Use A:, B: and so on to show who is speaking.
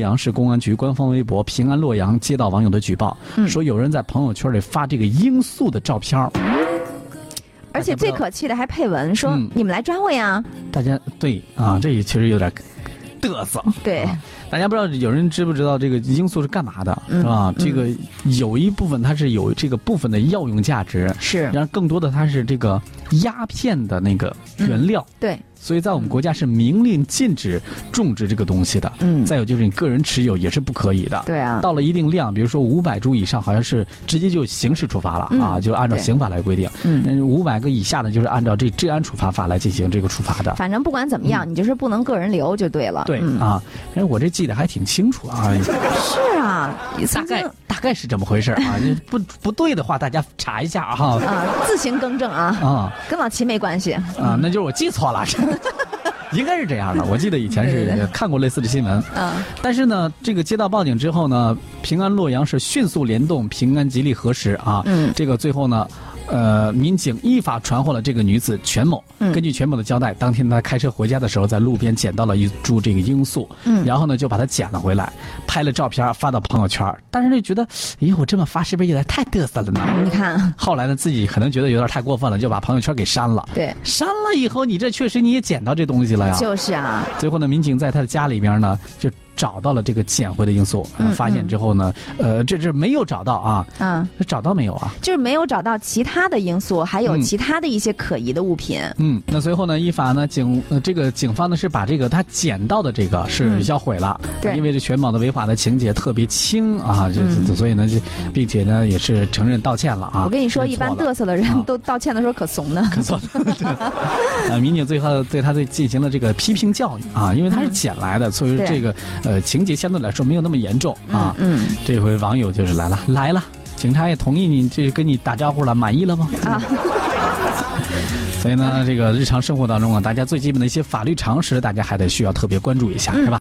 A: 阳市公安局官方微博“平安洛阳”接到网友的举报，
B: 嗯
A: 说有人在朋友圈里发这个罂粟的照片儿
B: 而且最可气的还配文说
A: 嗯：“
B: 你们来抓我呀
A: 大家对啊，这其实有点嘚瑟。！”
B: 对，
A: 大家不知道有人知不知道这个罂粟是干嘛的，
B: 嗯
A: 是吧？这个有一部分它是有这个部分的药用价值，
B: 是，
A: 然而更多的它是这个鸦片的那个原料。
B: 对，
A: 所以在我们国家是明令禁止种植这个东西的。
B: 嗯
A: 再有就是你个人持有也是不可以的。
B: 对啊
A: 到了一定量，比如说五百株以上，好像是直接就刑事处罚了、
B: 嗯
A: 啊，就按照
B: 对
A: 刑法来规定。
B: 嗯
A: 但是五百个以下呢，就是按照这治安处罚法来进行这个处罚的。
B: 反正不管怎么样，你就是不能个人留就对了。
A: 嗯对、
B: 嗯
A: 啊，但是我这记得还挺清楚啊，
B: 是啊，
A: 大
B: 曾经
A: 概大概是这么回事 啊，你不不对的话，大家查一下啊
B: 啊，自行更正啊，
A: 啊
B: 跟老齐没关系。
A: 啊，那就是我记错 了，应该是这样的。我记得以前
B: 对对
A: 是看过类似的新闻，
B: 嗯，
A: 但是呢，这个接到报警之后呢，平安洛阳市迅速联动平安吉利核实啊，
B: 嗯
A: 这个最后呢，呃，民警依法传唤了这个女子全某。
B: 嗯
A: 根据全某的交代，当天她开车回家的时候，在路边捡到了一株这个罂粟，
B: 嗯
A: 然后呢就把它捡了回来，拍了照片发到朋友圈，但是就觉得，哎，我这么发是不是有点太嘚瑟了呢？
B: 你看，啊
A: 后来呢，自己可能觉得有点太过分了，就把朋友圈给删了。
B: 对，
A: 删了以后，你这确实你也捡到这东西了呀。
B: 就是啊，
A: 最后呢，民警在他的家里边呢，就找到了这个捡回的罂粟、呃
B: 嗯
A: 发现之后呢，呃，这这没有找到啊，
B: 嗯，
A: 找到没有啊？
B: 就是没有找到其他的因素，还有
A: 嗯
B: 其他的一些可疑的物品。
A: 嗯，那随后呢，依法呢，警呃这个警方呢是把这个他捡到的这个是
B: 嗯
A: 销毁了，
B: 对
A: 因为这全某的违法的情节特别轻啊，就、
B: 嗯
A: 所以呢，就并且呢也是承认道歉了啊。
B: 我跟你说，
A: 认
B: 一般
A: 错了
B: 嘚瑟的
A: 啊
B: 人都道歉的时候可怂呢。
A: 可错了， 对。呃，民警最后对他对进行了这个批评教育啊，因为他是捡来的，所以
B: 嗯对
A: 这个呃情节相对来说没有那么严重啊。
B: 嗯
A: 这回网友就是来了，来了，警察也同意你这跟你打招呼了，满意了吗？
B: 啊，嗯
A: 所以呢，这个日常生活当中啊，大家最基本的一些法律常识，大家还得需要特别关注一下，是吧？